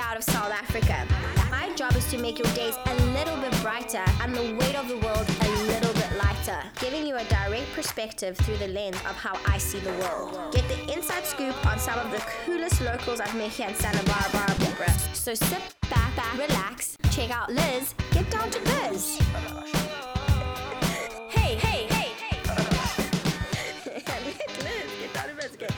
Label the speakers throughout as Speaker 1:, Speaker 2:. Speaker 1: out of South Africa. My job is to make your days a little bit brighter and the weight of the world a little bit lighter, giving you a direct perspective through the lens of how I see the world. Get the inside scoop on some of the coolest locals I've met here in Santa Barbara, Barbara. So sit back, back, relax, check out Liz, get down to biz. Hey, hey, hey, hey. Liz, get down to biz. Okay.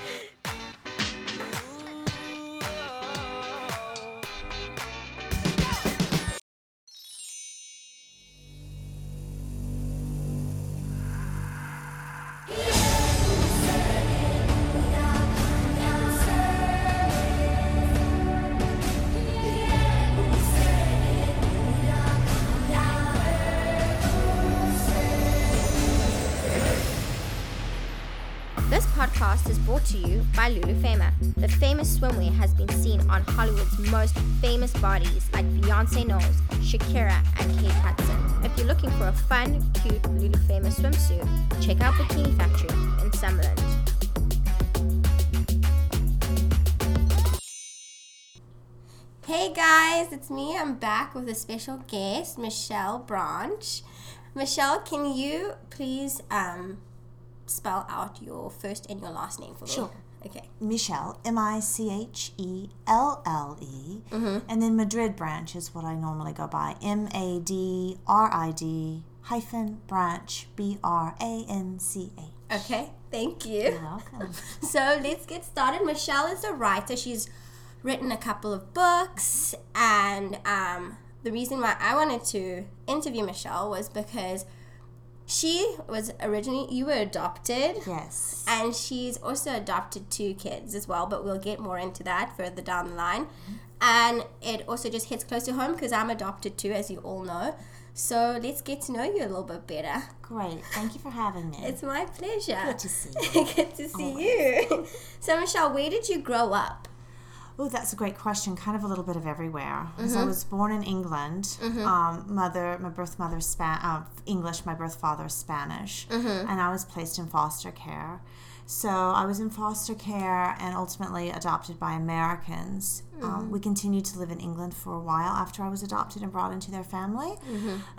Speaker 1: This podcast is brought to you by Lulufema. The famous swimwear has been seen on Hollywood's most famous bodies like Beyonce Knowles, Shakira, and Kate Hudson. If you're looking for a fun, cute Lulufema swimsuit, check out Bikini Factory in Summerland.
Speaker 2: Hey guys, it's me. I'm back with a special guest, Michelle Branch. Michelle, can you please um, spell out your first and your last name for me?
Speaker 3: Sure.
Speaker 2: Okay.
Speaker 3: Michelle, M I C H E L L E. And then Madrid branch is what I normally go by. M A D R I D hyphen branch B R A N C A.
Speaker 2: Okay. Thank you.
Speaker 3: Welcome.
Speaker 2: So let's get started. Michelle is a writer. She's written a couple of books, and um, the reason why I wanted to interview Michelle was because she was originally you were adopted.
Speaker 3: yes.
Speaker 2: And she's also adopted two kids as well, but we'll get more into that further down the line. And it also just hits close to home because I'm adopted too, as you all know. So let's get to know you a little bit better.
Speaker 3: Great. Thank you for having me.
Speaker 2: It's my pleasure. Good
Speaker 3: to see
Speaker 2: you. Good to see you. so, Michelle, where did you grow up?
Speaker 3: Oh, that's a great question. Kind of a little bit of everywhere. 'Cause I was born in England. Um, mother, my birth mother span uh, English, my birth father Spanish, and I was placed in foster care. So I was in foster care and ultimately adopted by Americans. Um, we continued to live in England for a while after I was adopted and brought into their family.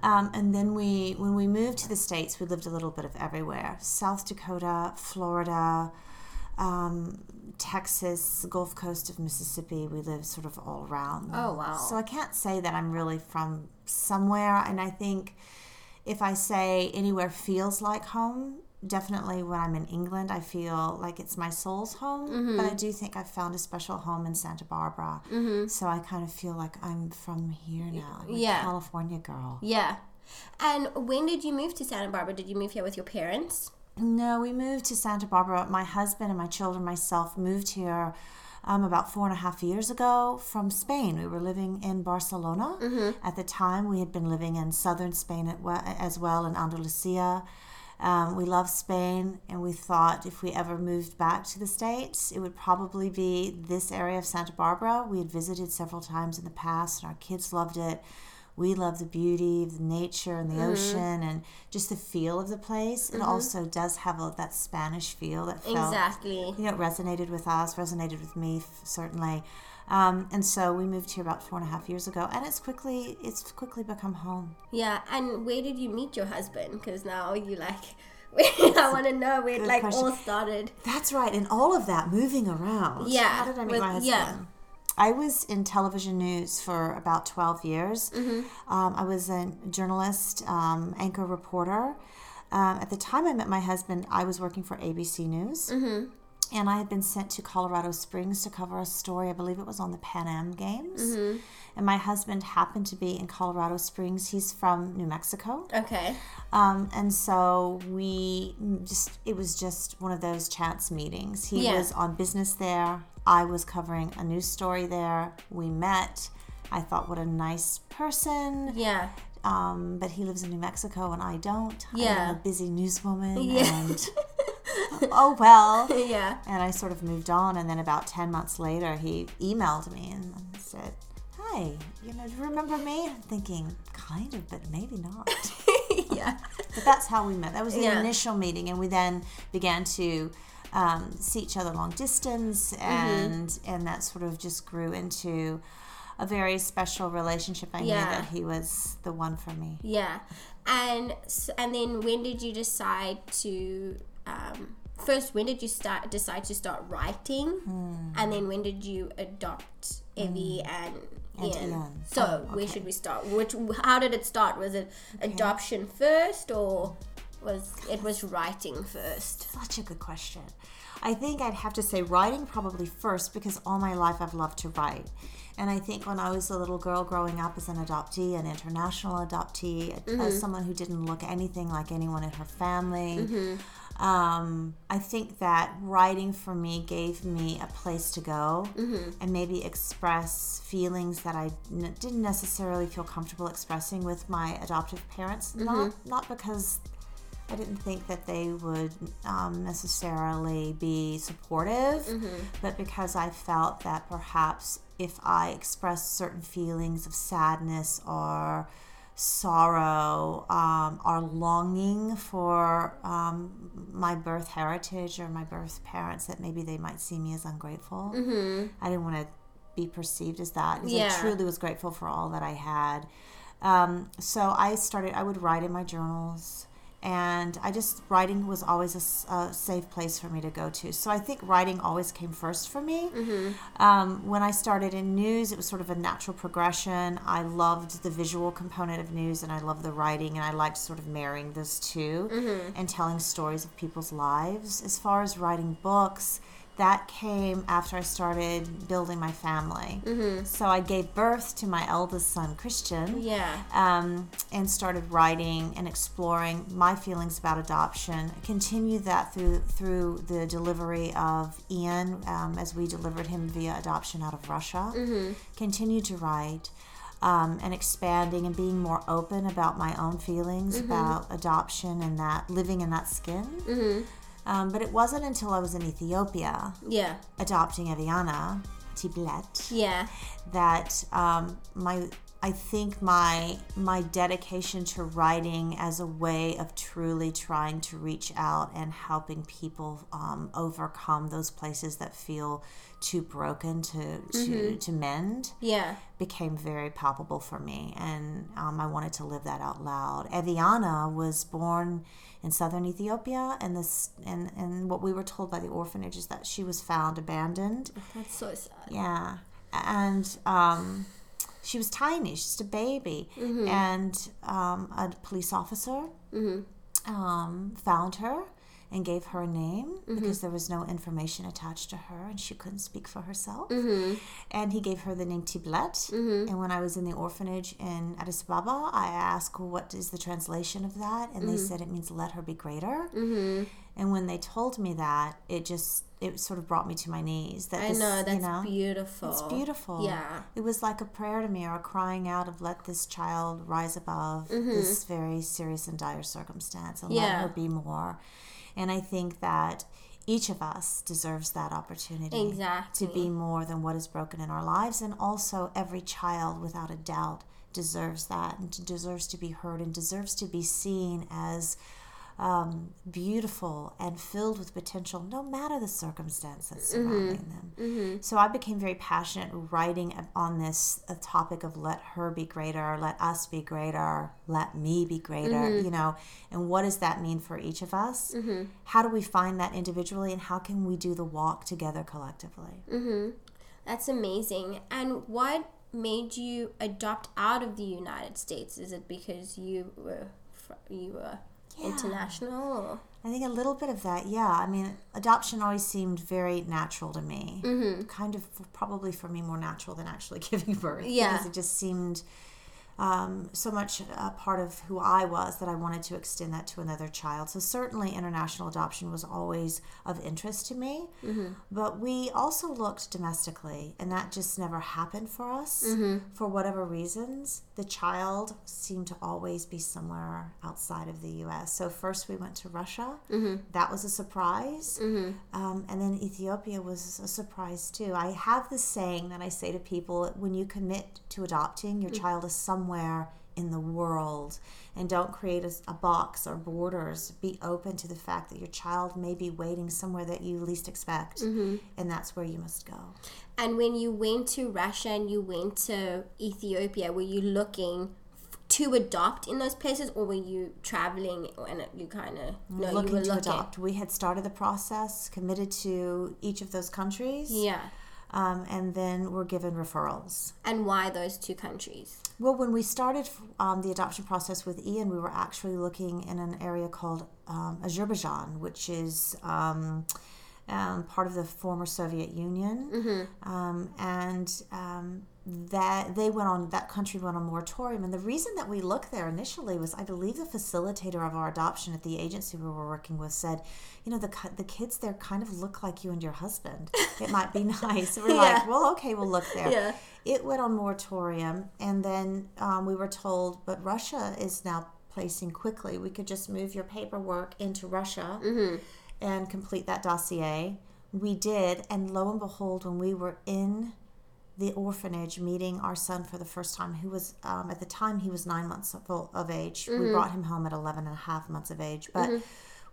Speaker 3: Um, and then we, when we moved to the states, we lived a little bit of everywhere: South Dakota, Florida um, Texas, the Gulf Coast of Mississippi. We live sort of all around.
Speaker 2: Oh, wow.
Speaker 3: So I can't say that I'm really from somewhere. And I think if I say anywhere feels like home, definitely when I'm in England, I feel like it's my soul's home.
Speaker 2: Mm-hmm.
Speaker 3: But I do think I've found a special home in Santa Barbara. So I kind of feel like I'm from here now. I'm a
Speaker 2: Mm-hmm. Yeah.
Speaker 3: California girl.
Speaker 2: Yeah. And when did you move to Santa Barbara? Did you move here with your parents?
Speaker 3: No, we moved to Santa Barbara. My husband and my children, myself, moved here um, about four and a half years ago from Spain. We were living in Barcelona at the time. We had been living in southern Spain at we- as well, in Andalusia. Um, we love Spain, and we thought if we ever moved back to the States, it would probably be this area of Santa Barbara. We had visited several times in the past, and our kids loved it we love the beauty of the nature and the ocean and just the feel of the place. It also does have a, that Spanish feel that felt,
Speaker 2: Exactly.
Speaker 3: you know, it resonated with us, resonated with me f- certainly. Um, and so we moved here about four and a half years ago, and it's quickly it's quickly become home.
Speaker 2: Yeah. And where did you meet your husband? Because now you like, I want to know where it
Speaker 3: Good
Speaker 2: like all
Speaker 3: question.
Speaker 2: started.
Speaker 3: That's right, and all of that moving around.
Speaker 2: Yeah,
Speaker 3: How did I meet
Speaker 2: with-
Speaker 3: my husband?
Speaker 2: yeah.
Speaker 3: I was in television news for about 12 years.
Speaker 2: Mm-hmm.
Speaker 3: Um, I was a journalist, um, anchor reporter. Um, at the time I met my husband, I was working for ABC News.
Speaker 2: Mm-hmm.
Speaker 3: And I had been sent to Colorado Springs to cover a story, I believe it was on the Pan Am Games.
Speaker 2: Mm-hmm.
Speaker 3: And my husband happened to be in Colorado Springs. He's from New Mexico.
Speaker 2: Okay.
Speaker 3: Um, and so we just, it was just one of those chance meetings. He
Speaker 2: Yeah.
Speaker 3: was on business there. I was covering a news story there. We met. I thought, what a nice person.
Speaker 2: Yeah.
Speaker 3: Um, but he lives in New Mexico and I don't.
Speaker 2: Yeah.
Speaker 3: I'm a busy newswoman.
Speaker 2: Yeah.
Speaker 3: And oh, well.
Speaker 2: Yeah.
Speaker 3: And I sort of moved on. And then about 10 months later, he emailed me and said, Hi, you know, do you remember me? I'm thinking, kind of, but maybe not.
Speaker 2: yeah.
Speaker 3: But that's how we met. That was the
Speaker 2: Yeah.
Speaker 3: initial meeting, and we then began to
Speaker 2: Mm-hmm.
Speaker 3: um, see each other long distance, and and that sort of just grew into a very special relationship. I knew
Speaker 2: Yeah.
Speaker 3: that he was the one for me.
Speaker 2: Yeah, and s- and then when did you decide to um, first? When did you start decide to start writing,
Speaker 3: Hmm.
Speaker 2: and then when did you adopt Evie and
Speaker 3: And
Speaker 2: Ian?
Speaker 3: Ian. Oh,
Speaker 2: So where should we start? Which how did it start? Was it adoption first, or was it was writing first?
Speaker 3: Such a good question. I think I'd have to say writing probably first because all my life I've loved to write. And I think when I was a little girl growing up as an adoptee, an international adoptee, as someone who didn't look anything like anyone in her family, um, I think that writing for me gave me a place to go and maybe express feelings that I n- didn't necessarily feel comfortable expressing with my adoptive parents. Not, not because I didn't think that they would um, necessarily be supportive, but because I felt that perhaps if I expressed certain feelings of sadness or sorrow um, or longing for um, my birth heritage or my birth parents, that maybe they might see me as ungrateful. I didn't want to be perceived as that. 'cause
Speaker 2: Yeah.
Speaker 3: I truly was grateful for all that I had. Um, so I started, I would write in my journals. And I just, writing was always a s- a, safe place for me to go to. So I think writing always came first for me. Um, when I started in news, it was sort of a natural progression. I loved the visual component of news and I loved the writing, and I liked sort of marrying those 2 and telling stories of people's lives. As far as writing books, that came after I started building my family. So I gave birth to my eldest son, Christian
Speaker 2: Yeah.
Speaker 3: um, and started writing and exploring my feelings about adoption. Continued that through through the delivery of Ian um, as we delivered him via adoption out of Russia. Continued to write. Um, and expanding and being more open about my own feelings about adoption and that living in that skin. Um, but it wasn't until I was in Ethiopia
Speaker 2: Yeah.
Speaker 3: adopting Eviana Tiblet
Speaker 2: Yeah.
Speaker 3: that um, my I think my my dedication to writing as a way of truly trying to reach out and helping people um, overcome those places that feel too broken to to, to mend
Speaker 2: Yeah.
Speaker 3: became very palpable for me, and um, I wanted to live that out loud. Eviana was born in southern Ethiopia, and this and and what we were told by the orphanage is that she was found abandoned
Speaker 2: That's so sad.
Speaker 3: yeah. And um, she was tiny, she's just a baby.
Speaker 2: Mm-hmm.
Speaker 3: And um, a police officer
Speaker 2: Mm-hmm.
Speaker 3: um, found her and gave her a name
Speaker 2: Mm-hmm.
Speaker 3: because there was no information attached to her and she couldn't speak for herself.
Speaker 2: Mm-hmm.
Speaker 3: And he gave her the name Tiblet. And when I was in the orphanage in Addis Ababa, I asked, What is the translation of that? And
Speaker 2: Mm-hmm.
Speaker 3: they said it means let her be greater. And when they told me that, it just it sort of brought me to my knees. That
Speaker 2: I
Speaker 3: this,
Speaker 2: know. That's
Speaker 3: you know,
Speaker 2: beautiful.
Speaker 3: it's beautiful.
Speaker 2: Oh, Yeah.
Speaker 3: It was like a prayer to me or a crying out of let this child rise above this very serious and dire circumstance and
Speaker 2: Mm-hmm. Yeah.
Speaker 3: let her be more. And I think that each of us deserves that opportunity
Speaker 2: Exactly.
Speaker 3: to be more than what is broken in our lives. And also, every child, without a doubt, deserves that and deserves to be heard and deserves to be seen as um, beautiful and filled with potential, no matter the circumstances surrounding them. So I became very passionate writing on this uh, topic of let her be greater, let us be greater, let me be greater, you know, and what does that mean for each of us? How do we find that individually, and how can we do the walk together collectively?
Speaker 2: That's amazing. And what made you adopt out of the United States? Is it because you were fr- you were international? Or?
Speaker 3: I think a little bit of that, yeah. I mean, adoption always seemed very natural to me. Kind of probably for me more natural than actually giving birth.
Speaker 2: Yeah.
Speaker 3: Because it just seemed um, so much a part of who I was that I wanted to extend that to another child. So certainly international adoption was always of interest to me. But we also looked domestically, and that just never happened for us for whatever reasons. The child seemed to always be somewhere outside of the U.S. So first we went to Russia.
Speaker 2: Mm-hmm.
Speaker 3: That was a surprise, um, and then Ethiopia was a surprise too. I
Speaker 2: Mm-hmm.
Speaker 3: have this saying that I say to people: when you commit to adopting, your child is somewhere in the world and don't create a, s- a box or borders. Be open to the fact that your child may be waiting somewhere that you least expect,
Speaker 2: Mm-hmm.
Speaker 3: and that's where you must go.
Speaker 2: And when you went to Russia and you went to Ethiopia, were you looking f- to adopt in those places, or were you traveling and you kind of no,
Speaker 3: looking
Speaker 2: you were
Speaker 3: to
Speaker 2: looking?
Speaker 3: adopt. We had started the process, committed to each of those countries,
Speaker 2: Yeah.
Speaker 3: um, and then were given referrals.
Speaker 2: And why those two countries?
Speaker 3: Well, when we started um, the adoption process with Ian, we were actually looking in an area called um, Azerbaijan, which is um, um, part of the former Soviet Union, um, and um, that they went on that country went on moratorium. And the reason that we looked there initially was, I believe, the facilitator of our adoption at the agency we were working with said, you know, the ki- the kids there kind of look like you and your husband. It might be nice. We're like, well, okay, we'll look there
Speaker 2: Yeah.
Speaker 3: it went on moratorium, and then um, we were told, but Russia is now placing quickly. We could just move your paperwork into Russia and complete that dossier. We did, and lo and behold, when we were in the orphanage meeting our son for the first time, who was um, at the time he was nine months of, of age. We brought him home at 11 and a half months of age, but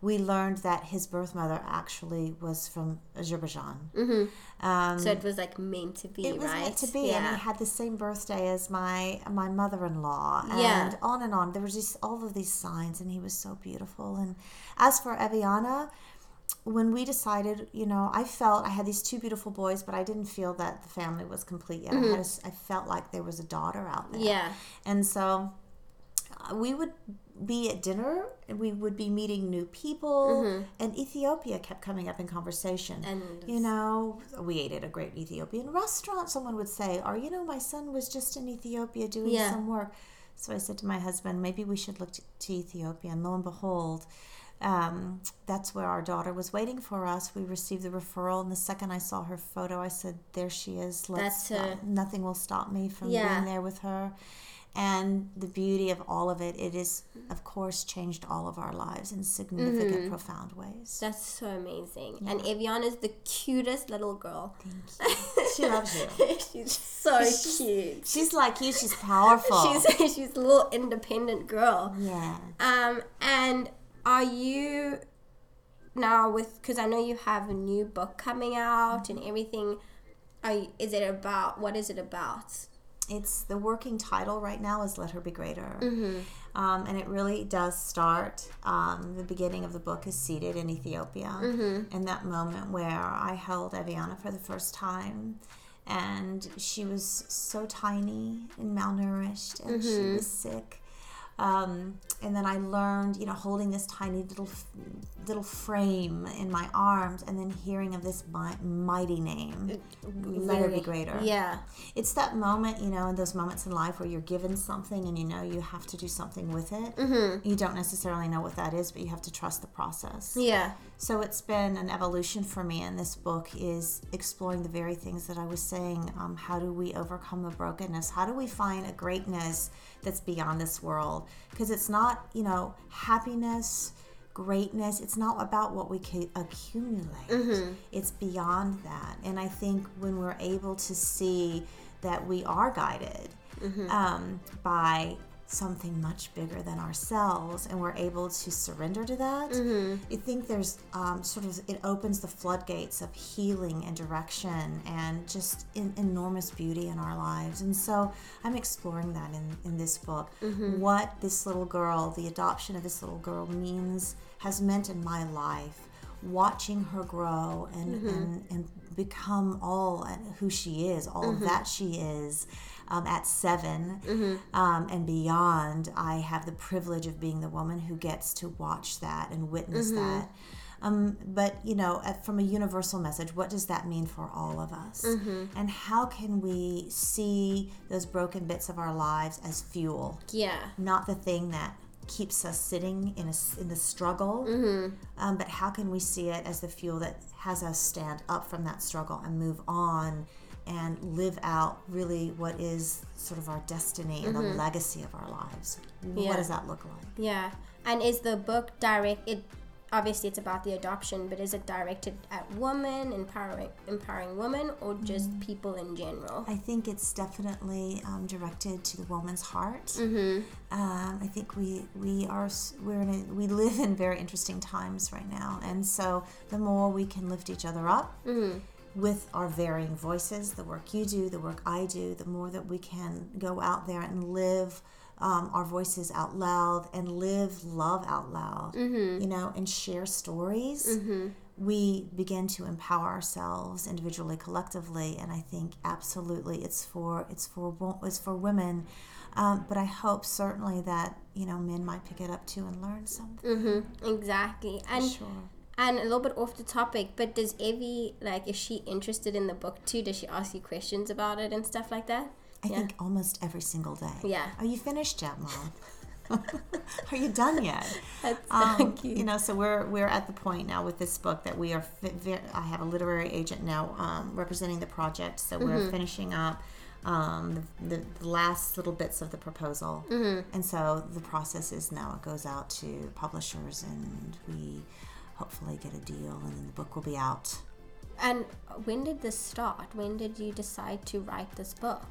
Speaker 3: we learned that his birth mother actually was from Azerbaijan. Um,
Speaker 2: So it was like meant to be,
Speaker 3: it was
Speaker 2: right?
Speaker 3: meant to be, and
Speaker 2: Yeah.
Speaker 3: he had the same birthday as my my mother in law, and
Speaker 2: Yeah.
Speaker 3: on and on. There was just all of these signs, and he was so beautiful. And as for Eviana, when we decided, you know, I felt I had these two beautiful boys, but I didn't feel that the family was complete yet. I, had a s I felt like there was a daughter out there,
Speaker 2: Mm-hmm. yeah.
Speaker 3: and so uh, we would be at dinner, and we would be meeting new people, and Ethiopia kept coming up in conversation.
Speaker 2: Mm-hmm. And
Speaker 3: You know, we ate at a great Ethiopian restaurant. Someone would say, Or, you know, my son was just in Ethiopia doing
Speaker 2: Yeah.
Speaker 3: some work. So I said to my husband, Maybe we should look to, to Ethiopia. And lo and behold, um, that's where our daughter was waiting for us. We received the referral. And the second I saw her photo, I said, There she is. Let's
Speaker 2: That's her.
Speaker 3: stop- Nothing will stop me from
Speaker 2: Yeah.
Speaker 3: being there with her. And the beauty of all of it, it is, of course, changed all of our lives in significant, profound ways.
Speaker 2: that's so amazing. And Evian is the cutest little girl.
Speaker 3: She loves you.
Speaker 2: she's Oh. so cute.
Speaker 3: She's like you. She's powerful.
Speaker 2: She's she's a little independent girl.
Speaker 3: yeah.
Speaker 2: Um, and are you now with? Because I know you have a new book coming out and everything. Are you, is it about? What is it about?
Speaker 3: It's the working title right now is "Let Her Be Greater," um, and it really does start. Um, the beginning of the book is seated in Ethiopia, and that moment where I held Eviana for the first time, and she was so tiny and malnourished, and she was sick. um, and then I learned, you know, holding this tiny little little frame in my arms, and then hearing of this mi- mighty name, let her be greater.
Speaker 2: Yeah,
Speaker 3: It's that moment, you know, in those moments in life where you're given something and you know you have to do something with it. Mm-hmm. You don't necessarily know what that is, but you have to trust the process.
Speaker 2: yeah,
Speaker 3: So it's been an evolution for me, and this book is exploring the very things that I was saying. Um, how do we overcome the brokenness? How do we find a greatness that's beyond this world? Because it's not, you know, happiness, greatness, it's not about what we can accumulate, it's beyond that. And I think when we're able to see that we are guided um, by something much bigger than ourselves and we're able to surrender to that i think there's um, sort of it opens the floodgates of healing and direction and just in, enormous beauty in our lives and so i'm exploring that in, in this book what this little girl the adoption of this little girl means has meant in my life watching her grow and, and, and become all and who she is, all of that she is um, at 7 um, and beyond. I have the privilege of being the woman who gets to watch that and witness that. Um, but you know, uh, from a universal message, what does that mean for all of us? And how can we see those broken bits of our lives as fuel?
Speaker 2: yeah.
Speaker 3: not the thing that keeps us sitting in a s in the struggle, um, but how can we see it as the fuel that has us stand up from that struggle and move on and live out really what is sort of our destiny and the legacy of our lives?
Speaker 2: Yeah.
Speaker 3: What does that look like?
Speaker 2: Yeah, and is the book direct? It obviously it's about the adoption, but is it directed at women, empowering empowering women, or just people in general?
Speaker 3: I think it's definitely um, directed to the woman's heart. Um, I think we we are s- we're in a, we live in very interesting times right now, and so the more we can lift each other up with our varying voices, the work you do, the work I do, the more that we can go out there and live. Um, our voices out loud and live love out loud, you know, and share stories we begin to empower ourselves individually collectively and i think absolutely it's for it's for wo- it's for women um, but i hope certainly that you know men might pick it up too and learn something
Speaker 2: Exactly. And
Speaker 3: sure
Speaker 2: and a little bit off the topic, but does Evie like is she interested in the book too? Does she ask you questions about it and stuff like that?
Speaker 3: i think almost every single day
Speaker 2: Yeah.
Speaker 3: are you finished yet mom are you done yet
Speaker 2: That's
Speaker 3: um,
Speaker 2: cute.
Speaker 3: you know so we're we're at the point now with this book that we are fi- ve- i have a literary agent now um, representing the project so we're finishing up um, the, the last little bits of the proposal and so the process is now it goes out to publishers and we hopefully get a deal and then the book will be out
Speaker 2: And when did this start? When did you decide to write this book?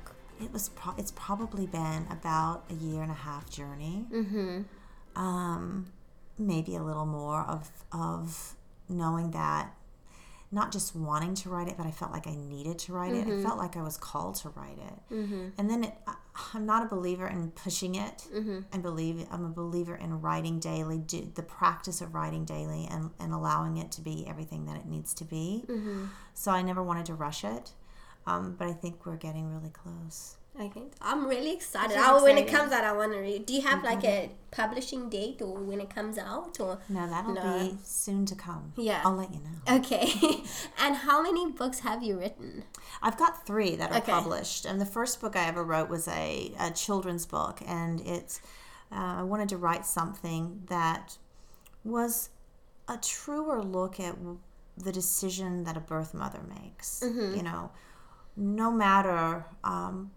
Speaker 3: it was pro- it's probably been about a year and a half journey mm-hmm. um, maybe a little more of of knowing that not just wanting to write it but i felt like i needed to write it i felt like i was called to write it mm-hmm. and then it, I- i'm not a believer in pushing it and believe i'm a believer in writing daily do, the practice of writing daily and, and allowing it to be everything that it needs to be so i never wanted to rush it um, but i think we're getting really close
Speaker 2: Okay, I'm really excited.
Speaker 3: This is
Speaker 2: I, when it
Speaker 3: exciting.
Speaker 2: comes out, I want to read. Do you have like a publishing date or when it comes out or?
Speaker 3: No, that'll
Speaker 2: No.
Speaker 3: be soon to come.
Speaker 2: Yeah.
Speaker 3: I'll let you know.
Speaker 2: Okay, and how many books have you written?
Speaker 3: I've got three that are
Speaker 2: Okay.
Speaker 3: published, and the first book I ever wrote was a, a children's book, and it's uh, I wanted to write something that was a truer look at w- the decision that a birth mother makes.
Speaker 2: Mm-hmm.
Speaker 3: You know, no matter um,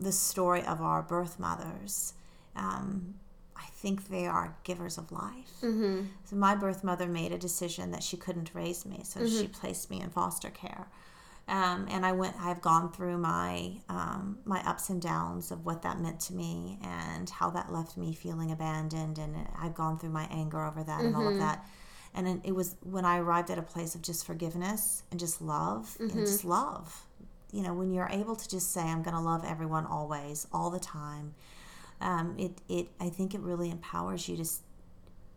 Speaker 3: the story of our birth mothers, um, I think they are givers of life. So my birth mother made a decision that she couldn't raise me, so she placed me in foster care. Um, and I went. I've gone through my um, my ups and downs of what that meant to me and how that left me feeling abandoned. And I've gone through my anger over that and all of that. And then it was when I arrived at a place of just forgiveness and just love and just love. You know, when you're able to just say, "I'm going to love everyone always, all the time," um, it it I think it really empowers you to s-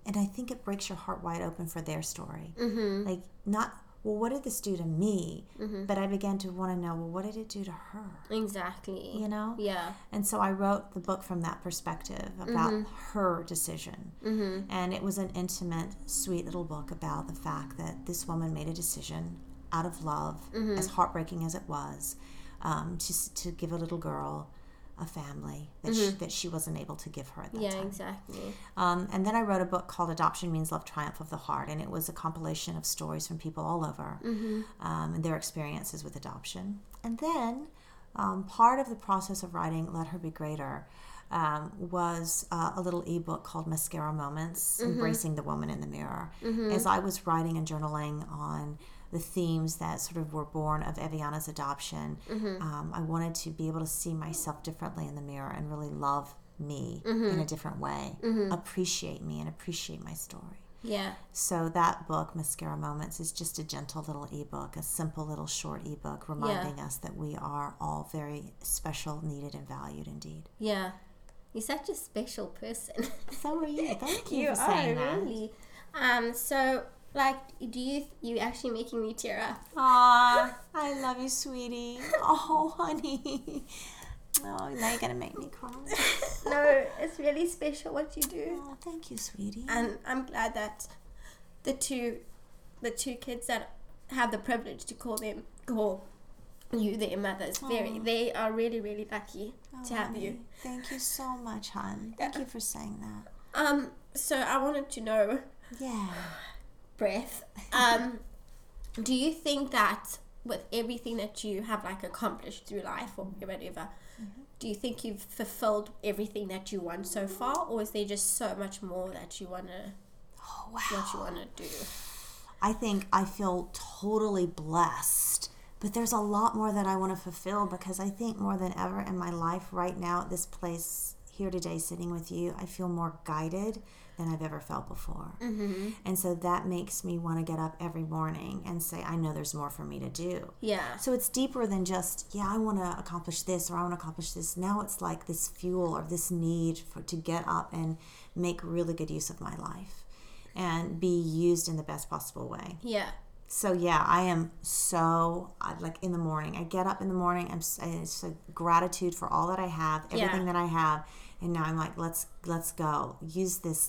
Speaker 3: and I think it breaks your heart wide open for their story. Mm-hmm. Like, not, well, what did this do to me? But I began to want to know, well, what did it do to her?
Speaker 2: Exactly.
Speaker 3: You know?
Speaker 2: Yeah.
Speaker 3: And so I wrote the book from that perspective about her decision. Mm-hmm. And it was an intimate, sweet little book about the fact that this woman made a decision out of love, as heartbreaking as it was, um, to, s- to give a little girl a family that, she, that she wasn't able to give her at that
Speaker 2: Yeah.
Speaker 3: time.
Speaker 2: Exactly.
Speaker 3: Um, and then I wrote a book called Adoption Means Love Triumph of the Heart, and it was a compilation of stories from people all over um, and their experiences with adoption. And then um, part of the process of writing Let Her Be Greater um, was uh, a little ebook called Mascara Moments Embracing the Woman in the Mirror. As I was writing and journaling on the themes that sort of were born of Eviana's adoption, um, I wanted to be able to see myself differently in the mirror and really love me in a different way, appreciate me, and appreciate my story.
Speaker 2: Yeah.
Speaker 3: So that book, Mascara Moments, is just a gentle little ebook, a simple little short ebook reminding us that we are all very special, needed, and valued indeed.
Speaker 2: Yeah. You're such a special person.
Speaker 3: So are you. Thank you, for saying that.
Speaker 2: really. Um. So, like, do you you actually making me tear up?
Speaker 3: Aw, I love you, sweetie. Oh, honey. Oh, now you're gonna make me cry.
Speaker 2: no, it's really special what you do.
Speaker 3: Oh, thank you, sweetie.
Speaker 2: and I'm glad that the two the two kids that have the privilege to call them call you their mothers very they are really really lucky to have you
Speaker 3: Oh, Thank you so much, hon. Thank you for saying that.
Speaker 2: um so I wanted to know
Speaker 3: Yeah.
Speaker 2: breath um do you think that with everything that you have like accomplished through life or whatever
Speaker 3: Mm-hmm.
Speaker 2: do you think you've fulfilled everything that you want so far or is there just so much more that you want to what you want to do.
Speaker 3: Oh, I think I feel totally blessed. But there's a lot more that I want to fulfill because I think more than ever in my life right now at this place here today sitting with you, I feel more guided than I've ever felt before. And so that makes me want to get up every morning and say, I know there's more for me to do.
Speaker 2: Yeah.
Speaker 3: So it's deeper than just, yeah, I want to accomplish this or I want to accomplish this. Now it's like this fuel or this need for to get up and make really good use of my life and be used in the best possible way.
Speaker 2: Yeah.
Speaker 3: So yeah, I am so I- like in the morning. I get up in the morning. I'm s- it's so gratitude for all that I have, everything that I have, and now I'm like, let's let's go use this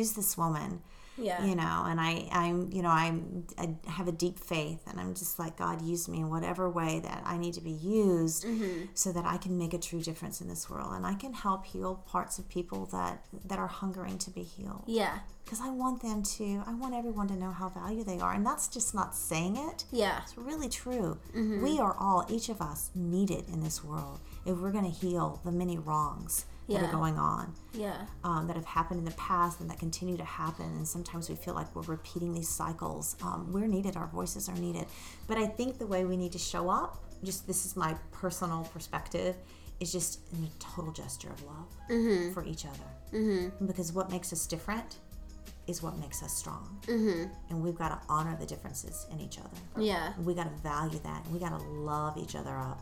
Speaker 3: use this woman
Speaker 2: Yeah.
Speaker 3: you know and i i'm you know i'm i have a deep faith and i'm just like god use me in whatever way that i need to be used
Speaker 2: Mm-hmm.
Speaker 3: so that i can make a true difference in this world and i can help heal parts of people that that are hungering to be healed
Speaker 2: Yeah.
Speaker 3: because i want them to i want everyone to know how valuable they are and that's just not saying it
Speaker 2: Yeah.
Speaker 3: it's really true
Speaker 2: Mm-hmm.
Speaker 3: we are all each of us needed in this world if we're going to heal the many wrongs that
Speaker 2: Yeah.
Speaker 3: are going on
Speaker 2: Yeah.
Speaker 3: um, that have happened in the past and that continue to happen. And sometimes we feel like we're repeating these cycles. Um, we're needed, our voices are needed. But I think the way we need to show up, just this is my personal perspective, is just in a total gesture of love for each other. Mm-hmm. Because what makes us different is what makes us strong. Mm-hmm. And we've got to honor the differences in each other.
Speaker 2: Yeah.
Speaker 3: We got to value that. And we got to love each other up,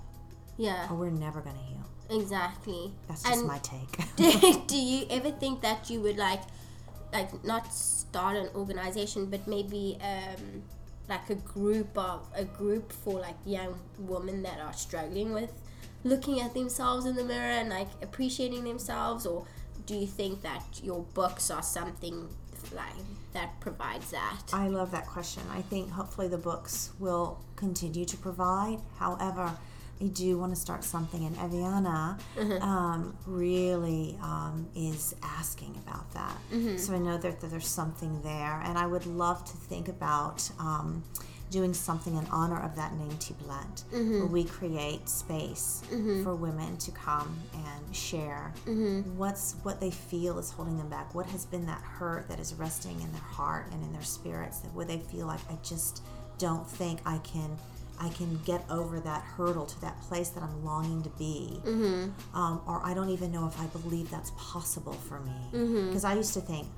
Speaker 2: Yeah.
Speaker 3: or we're never going to heal.
Speaker 2: Exactly.
Speaker 3: Oh. That's just
Speaker 2: And-
Speaker 3: my take.
Speaker 2: do you ever think that you would like like not start an organization but maybe um like a group of a group for like young women that are struggling with looking at themselves in the mirror and like appreciating themselves or do you think that your books are something like that provides that
Speaker 3: I love that question. I think hopefully the books will continue to provide. However, I do want to start something, and Eviana um, really um, is asking about that. So I know that, that there's something there, and I would love to think about. Um, Doing something in honor of that name, T Blunt, where we create space for women to come and share what's what they feel is holding them back. What has been that hurt that is resting in their heart and in their spirits that where they feel like I just don't think I can I can get over that hurdle to that place that I'm longing to be, um, or I don't even know if I believe that's possible for me. Because I used to think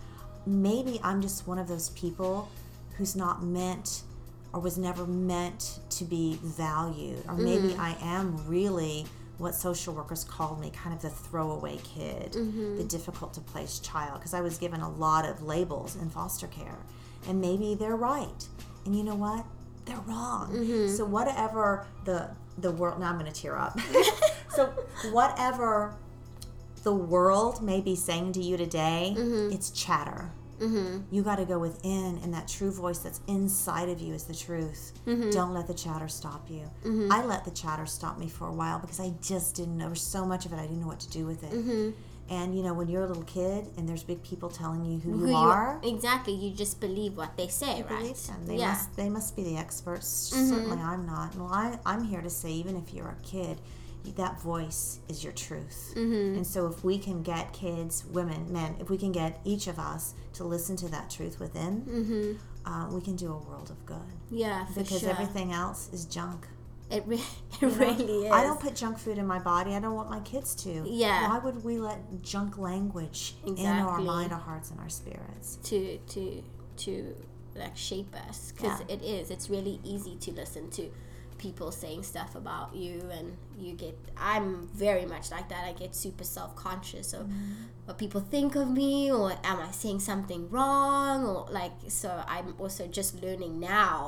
Speaker 3: maybe I'm just one of those people who's not meant or was never meant to be valued, or maybe I am really what social workers called me kind of the throwaway kid, the difficult to place child, because I was given a lot of labels in foster care. And maybe they're right. And you know what? They're wrong. So whatever the the world now I'm gonna tear up. so whatever the world may be saying to you today, it's chatter. You got to go within, and that true voice that's inside of you is the truth. Don't let the chatter stop you. I let the chatter stop me for a while because I just didn't know. There was so much of it, I didn't know what to do with it. And you know, when you're a little kid and there's big people telling you Mm-hmm. who,
Speaker 2: Who
Speaker 3: you
Speaker 2: you-
Speaker 3: are,
Speaker 2: exactly you just believe what they say right
Speaker 3: believe them. They
Speaker 2: yeah Mm-hmm.
Speaker 3: must they must be the experts. Certainly I'm not. Well, I, I'm here to say even if you're a kid, that voice is your truth.
Speaker 2: Mm-hmm.
Speaker 3: And so if we can get kids, women, men, if we can get each of us to listen to that truth within, uh, we can do a world of good.
Speaker 2: Mm-hmm. yeah Mm. for
Speaker 3: Because
Speaker 2: sure
Speaker 3: everything else is junk.
Speaker 2: it, re- it really is
Speaker 3: I don't put junk food in my body. I don't want my kids to.
Speaker 2: Yeah.
Speaker 3: Why would we let junk language in our
Speaker 2: Exactly.
Speaker 3: mind, our hearts, and our spirits?
Speaker 2: to to to like shape us because
Speaker 3: Yeah.
Speaker 2: it is it's really easy to listen to people saying stuff about you and you get i'm very much like that i get super self-conscious of what people think of me or am i saying something wrong or like so i'm also just learning now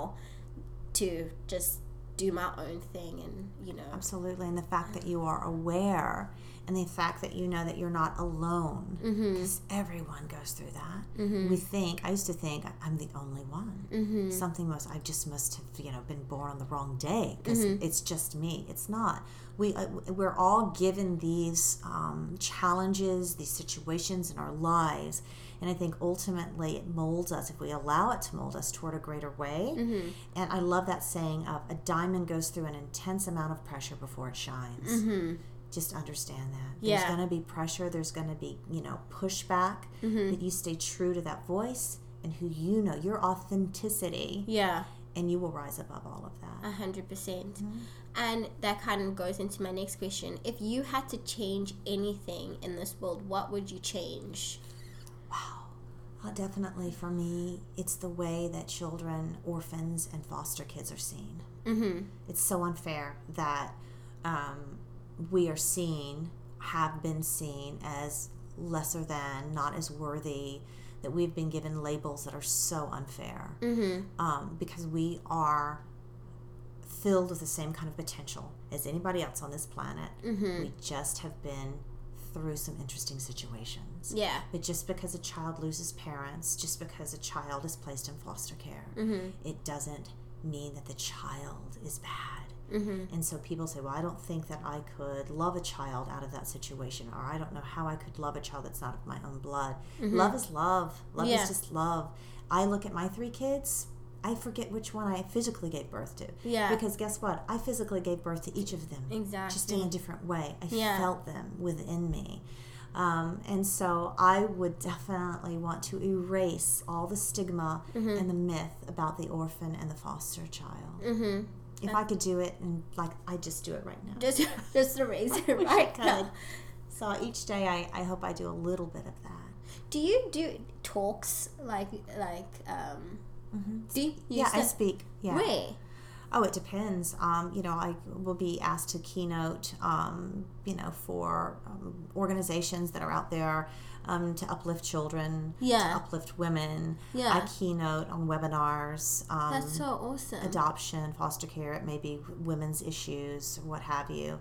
Speaker 2: to just do my own thing and you know
Speaker 3: Absolutely. And the fact that you are aware and the fact that you know that you're not alone. Because everyone goes through that. We think, I used to think, I'm the only one. Something must, I just must have, you know, been born on the wrong day because it's just me. It's not. We, uh, we're all given these um, challenges, these situations in our lives. And I think ultimately it molds us, if we allow it to mold us toward a greater way.
Speaker 2: Mm-hmm.
Speaker 3: And I love that saying of a diamond goes through an intense amount of pressure before it shines. Just understand that.
Speaker 2: Mm-hmm. Yeah. Mm-hmm.
Speaker 3: There's going to be pressure, there's going to be, you know, pushback, but you stay true to that voice and who you know, your authenticity,
Speaker 2: Yeah.
Speaker 3: and you will rise above all of that.
Speaker 2: A hundred percent.
Speaker 3: Mm-hmm.
Speaker 2: And that kind of goes into my next question. If you had to change anything in this world, what would you change?
Speaker 3: Uh, definitely for me, it's the way that children, orphans, and foster kids are seen. Mm-hmm. It's so unfair that um, we are seen, have been seen as lesser than, not as worthy, that we've been given labels that are so unfair mm-hmm. um, because we are filled with the same kind of potential as anybody else on this planet. We just have been through some interesting situations.
Speaker 2: Yeah.
Speaker 3: But just because a child loses parents, just because a child is placed in foster care,
Speaker 2: Mm.
Speaker 3: it doesn't mean that the child is bad. And so people say, well, I don't think that I could love a child out of that situation, or I don't know how I could love a child that's not of my own blood. Love is love. Love
Speaker 2: Mm-hmm. Yeah.
Speaker 3: is just love. I look at my three kids. I forget which one I physically gave birth to.
Speaker 2: Yeah.
Speaker 3: Because guess what? I physically gave birth to each of them. Just in
Speaker 2: Exactly.
Speaker 3: a different way. I
Speaker 2: Yeah.
Speaker 3: felt them within me. Um, and so I would definitely want to erase all the stigma
Speaker 2: Mm-hmm.
Speaker 3: and the myth about the orphan and the foster child. Mm-hmm. If I could do it, and like I just do it right now.
Speaker 2: Just just erase it
Speaker 3: Wish I
Speaker 2: right now.
Speaker 3: could. So each day, I, I hope I do a little bit of that.
Speaker 2: Do you do talks like like um do you
Speaker 3: yeah, I
Speaker 2: still-
Speaker 3: speak. Yeah.
Speaker 2: where?
Speaker 3: Oh, it depends. Um, you know, I will be asked to keynote, um, you know, for um, organizations that are out there um, to uplift children,
Speaker 2: Yeah.
Speaker 3: to uplift women.
Speaker 2: Yeah.
Speaker 3: I um, keynote on webinars, um,
Speaker 2: That's so awesome.
Speaker 3: adoption, foster care, it may be women's issues, what have you.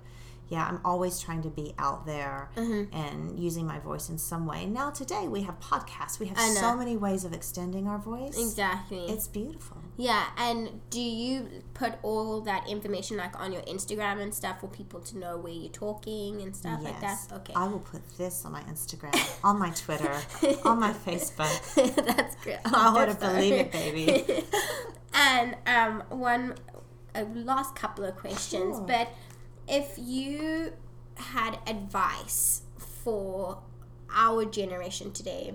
Speaker 3: Yeah, I'm always trying to be out there
Speaker 2: Mm-hmm.
Speaker 3: and using my voice in some way. Now, today we have podcasts. We have
Speaker 2: I know.
Speaker 3: so many ways of extending our voice.
Speaker 2: exactly.
Speaker 3: It's beautiful.
Speaker 2: yeah, and do you put all that information like on your Instagram and stuff for people to know where you're talking and stuff like that? Okay.
Speaker 3: I will put this on my Instagram, on my Twitter, on my Facebook.
Speaker 2: That's great.
Speaker 3: I would have
Speaker 2: Good
Speaker 3: believe
Speaker 2: though.
Speaker 3: it, baby.
Speaker 2: And um, one a last couple of questions,
Speaker 3: Sure.
Speaker 2: but if you had advice for our generation today,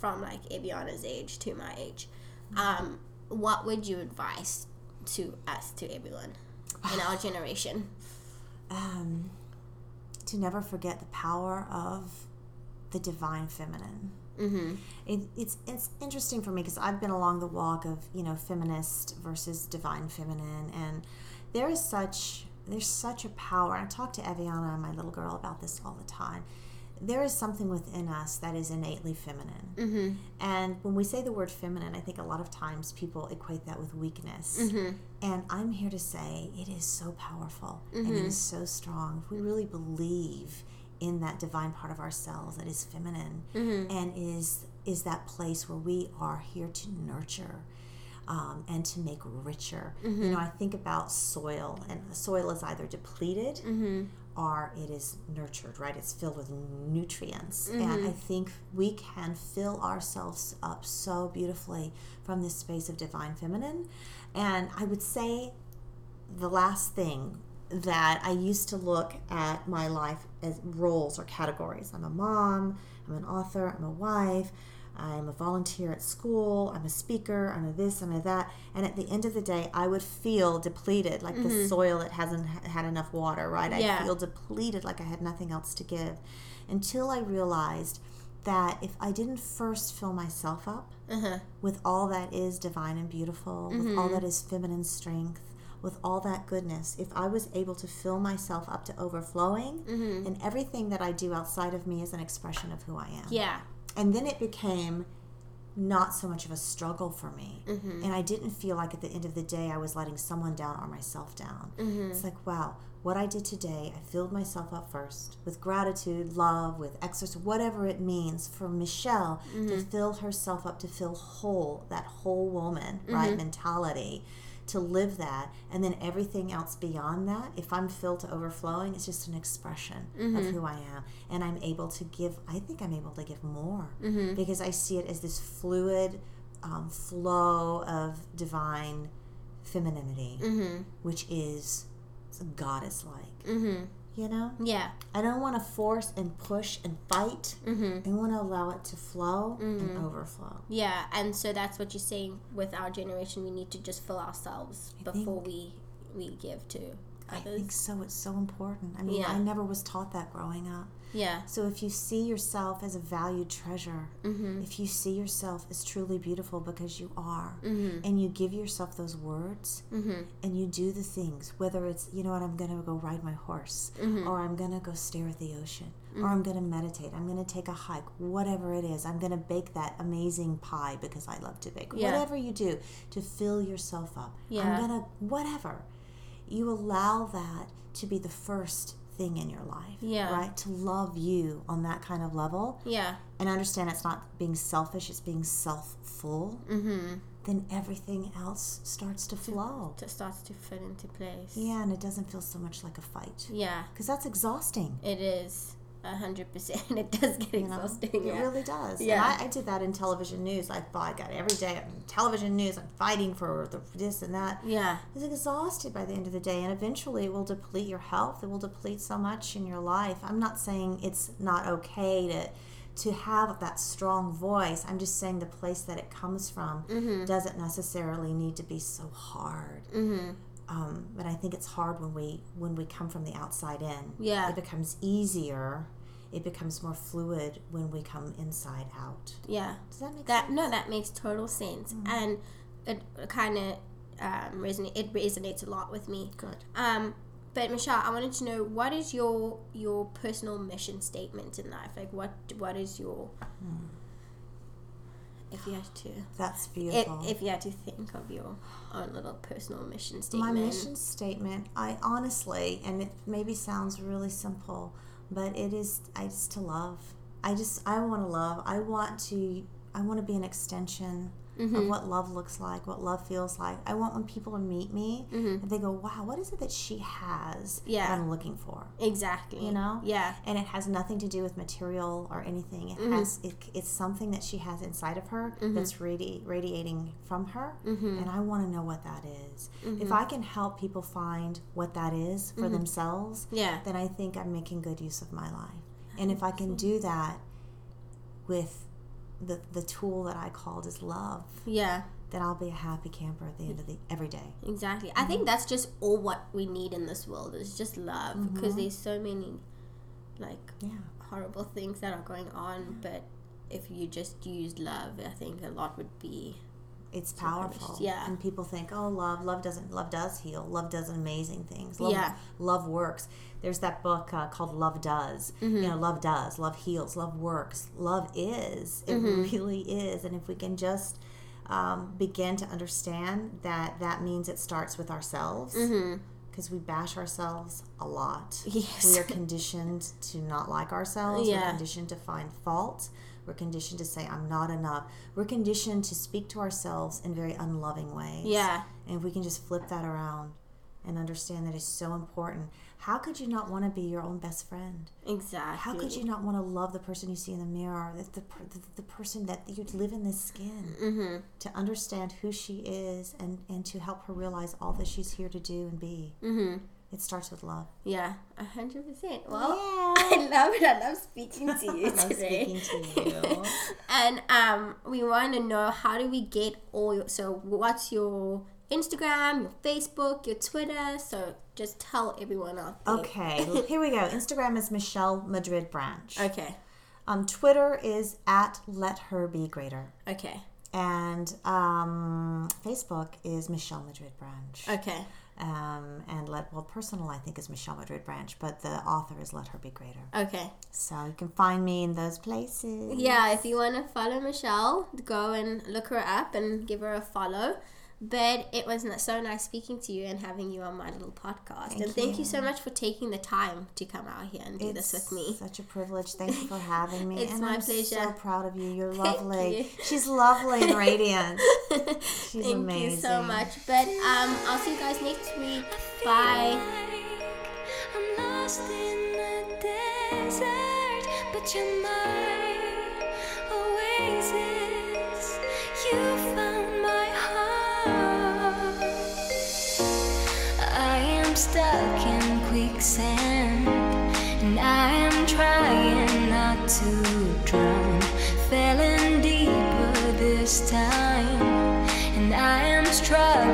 Speaker 2: from like Aviana's age to my age, um, what would you advise to us, to everyone in our generation?
Speaker 3: Um, to never forget the power of the divine feminine. Mm-hmm. It, it's it's interesting for me because I've been along the walk of you know feminist versus divine feminine, and there is such there's such a power. I talk to Eviana, my little girl, about this all the time. There is something within us that is innately feminine. And when we say the word feminine, I think a lot of times people equate that with weakness. And I'm here to say it is so powerful and it is so strong. If we really believe in that divine part of ourselves that is feminine and is is that place where we are here to nurture um, and to make richer. You know, I think about soil, and soil is either depleted or it is nurtured, right? It's filled with nutrients. And I think we can fill ourselves up so beautifully from this space of divine feminine. And I would say the last thing that I used to look at my life as roles or categories. I'm a mom, I'm an author, I'm a wife, I'm a volunteer at school, I'm a speaker, I'm a this, I'm a that. And at the end of the day, I would feel depleted, like the soil that hasn't h- had enough water, right? I
Speaker 2: Yeah.
Speaker 3: feel depleted, like I had nothing else to give. Until I realized that if I didn't first fill myself up, with all that is divine and beautiful, with all that is feminine strength, with all that goodness, if I was able to fill myself up to overflowing, and everything that I do outside of me is an expression of who I am.
Speaker 2: Yeah,
Speaker 3: And then it became not so much of a struggle for me. And I didn't feel like at the end of the day I was letting someone down or myself down. It's like, wow, what I did today, I filled myself up first with gratitude, love, with exercise, whatever it means for Michelle to fill herself up, to feel whole, that whole woman, right, mentality. To live that, and then everything else beyond that, if I'm filled to overflowing, it's just an expression of who I am. And I'm able to give, I think I'm able to give more because I see it as this fluid, um, flow of
Speaker 2: Mm-hmm.
Speaker 3: divine femininity, which is goddess like. You know,
Speaker 2: Mm-hmm. Yeah. Mm-hmm.
Speaker 3: I don't want to force and push and fight. I want to allow it to flow and overflow.
Speaker 2: Yeah. And so that's what you're saying with our generation. We need to just fill ourselves before we we give to
Speaker 3: I think
Speaker 2: others.
Speaker 3: so. It's so important. I mean,
Speaker 2: Yeah.
Speaker 3: I never was taught that growing up.
Speaker 2: Yeah.
Speaker 3: So if you see yourself as a valued treasure, if you see yourself as truly beautiful because you are,
Speaker 2: Mm-hmm.
Speaker 3: and you give yourself those words, and you do the things, whether it's you know what I'm gonna go ride my horse,
Speaker 2: Mm-hmm.
Speaker 3: or I'm gonna go stare at the ocean, or I'm gonna meditate, I'm gonna take a hike, whatever it is, I'm gonna bake that amazing pie because I love to bake.
Speaker 2: Yeah.
Speaker 3: Whatever you do to fill yourself up,
Speaker 2: Yeah.
Speaker 3: I'm gonna whatever you allow that to be the first thing in your life.
Speaker 2: Yeah.
Speaker 3: Right? To love you on that kind of level
Speaker 2: Yeah.
Speaker 3: and understand it's not being selfish, it's being self full, mm-hmm. then everything else starts to flow.
Speaker 2: It starts to fit into place.
Speaker 3: Yeah, and it doesn't feel so much like a fight
Speaker 2: Yeah.
Speaker 3: because that's exhausting.
Speaker 2: It is a hundred percent. It does get
Speaker 3: you know?
Speaker 2: exhausting.
Speaker 3: It
Speaker 2: Yeah.
Speaker 3: really does.
Speaker 2: Yeah.
Speaker 3: And I, I did that in television news. I thought I got every day on television news. I'm fighting for the, this and that.
Speaker 2: Yeah.
Speaker 3: is exhausted by the end of the day and eventually it will deplete your health it will deplete so much in your life i'm not saying it's not okay to to have that strong voice i'm just saying the place that it comes from
Speaker 2: Mm-hmm.
Speaker 3: doesn't necessarily need to be so hard
Speaker 2: Mm-hmm.
Speaker 3: um, but i think it's hard when we when we come from the outside in
Speaker 2: Yeah.
Speaker 3: it becomes easier it becomes more fluid when we come inside out
Speaker 2: Yeah.
Speaker 3: does that make
Speaker 2: That
Speaker 3: sense
Speaker 2: no, that makes total sense,
Speaker 3: Mm-hmm.
Speaker 2: and it kind of um, resonate. It resonates a lot with me.
Speaker 3: good
Speaker 2: Um, but Michelle, I wanted to know what is your your personal mission statement in life? Like, what what is your
Speaker 3: Hmm.
Speaker 2: if you had to
Speaker 3: that's
Speaker 2: if,
Speaker 3: beautiful
Speaker 2: if you had to think of your own little personal mission
Speaker 3: My
Speaker 2: statement?
Speaker 3: mission statement, I honestly, and it maybe sounds really simple, but it is I just to love. I just I want to love. I want to I want to be an extension
Speaker 2: Mm-hmm.
Speaker 3: of what love looks like, what love feels like. I want when people meet me, and they go, "Wow, what is it that she has
Speaker 2: Mm-hmm. Yeah.
Speaker 3: that I'm looking for?"
Speaker 2: exactly.
Speaker 3: You know?
Speaker 2: Yeah.
Speaker 3: and it has nothing to do with material or anything. It has it, it's something that she has inside of her that's radi- radiating from her,
Speaker 2: Mm-hmm. Mm.
Speaker 3: and I want to know what that is. If I can help people find what that is for themselves,
Speaker 2: Yeah.
Speaker 3: then I think I'm making good use of my life. And if I can do that with the the tool that I called is love,
Speaker 2: Yeah.
Speaker 3: then I'll be a happy camper at the end of the every day.
Speaker 2: Exactly. I
Speaker 3: Mm-hmm.
Speaker 2: think that's just all what we need in this world is just love
Speaker 3: Mm-hmm.
Speaker 2: because there's so many like
Speaker 3: Yeah.
Speaker 2: horrible things that are going on, but if you just use love, I think a lot would be
Speaker 3: it's powerful.
Speaker 2: yeah.
Speaker 3: And people think, oh, love, love doesn't, love does heal. Love does amazing things. Love,
Speaker 2: Yeah.
Speaker 3: Love works. There's that book uh, called Love Does. You
Speaker 2: Mm-hmm.
Speaker 3: know, love does, love heals, love works, love is. It
Speaker 2: Mm-hmm.
Speaker 3: really is. And if we can just um, begin to understand that that means it starts with ourselves.
Speaker 2: Mm-hmm.
Speaker 3: Because we bash ourselves a lot.
Speaker 2: Yes.
Speaker 3: We are conditioned to not like ourselves.
Speaker 2: Yeah.
Speaker 3: We're conditioned to find fault. We're conditioned to say, I'm not enough. We're conditioned to speak to ourselves in very unloving ways.
Speaker 2: yeah,
Speaker 3: And if we can just flip that around and understand that it's so important, how could you not want to be your own best friend?
Speaker 2: exactly.
Speaker 3: How could you not want to love the person you see in the mirror, the, the, per- the, the person that you live in this skin, mm-hmm. to understand who she is and, and to help her realize all that she's here to do and be? Mm-hmm. It starts with love.
Speaker 2: Yeah, a hundred percent. Well,
Speaker 3: yeah.
Speaker 2: I love it. I love speaking to you
Speaker 3: I'm
Speaker 2: today.
Speaker 3: speaking to you.
Speaker 2: And um, we want to know how do we get all your so what's your Instagram, your Facebook, your Twitter? So just tell everyone out there.
Speaker 3: Okay, well, here we go. Instagram is Michelle Madrid Branch.
Speaker 2: Okay.
Speaker 3: Um, Twitter is at Let Her Be Greater.
Speaker 2: Okay.
Speaker 3: And um, Facebook is Michelle Madrid Branch.
Speaker 2: Okay.
Speaker 3: Um, and let, well, personal I think is Michelle Madrid Branch, but the author is Let Her Be Greater.
Speaker 2: Okay.
Speaker 3: So you can find me in those places.
Speaker 2: Yeah, if you want to follow Michelle, go and look her up and give her a follow. But it was n- so nice speaking to you and having you on my little podcast. and thank you so much for taking the time to come out here and do
Speaker 3: It's
Speaker 2: this with me.
Speaker 3: Such a privilege. Thank you for having me.
Speaker 2: It's
Speaker 3: and
Speaker 2: my
Speaker 3: I'm
Speaker 2: pleasure.
Speaker 3: so proud of you. You're lovely.
Speaker 2: you.
Speaker 3: She's lovely and radiant. She's
Speaker 2: Thank
Speaker 3: amazing.
Speaker 2: you so much. But um, I'll see you guys next week. Bye.
Speaker 4: I'm lost in the desert, but you're my oasis. You found my heart. I am stuck in quicksand. to drown, fell in deeper this time, and I am struggling. Oh.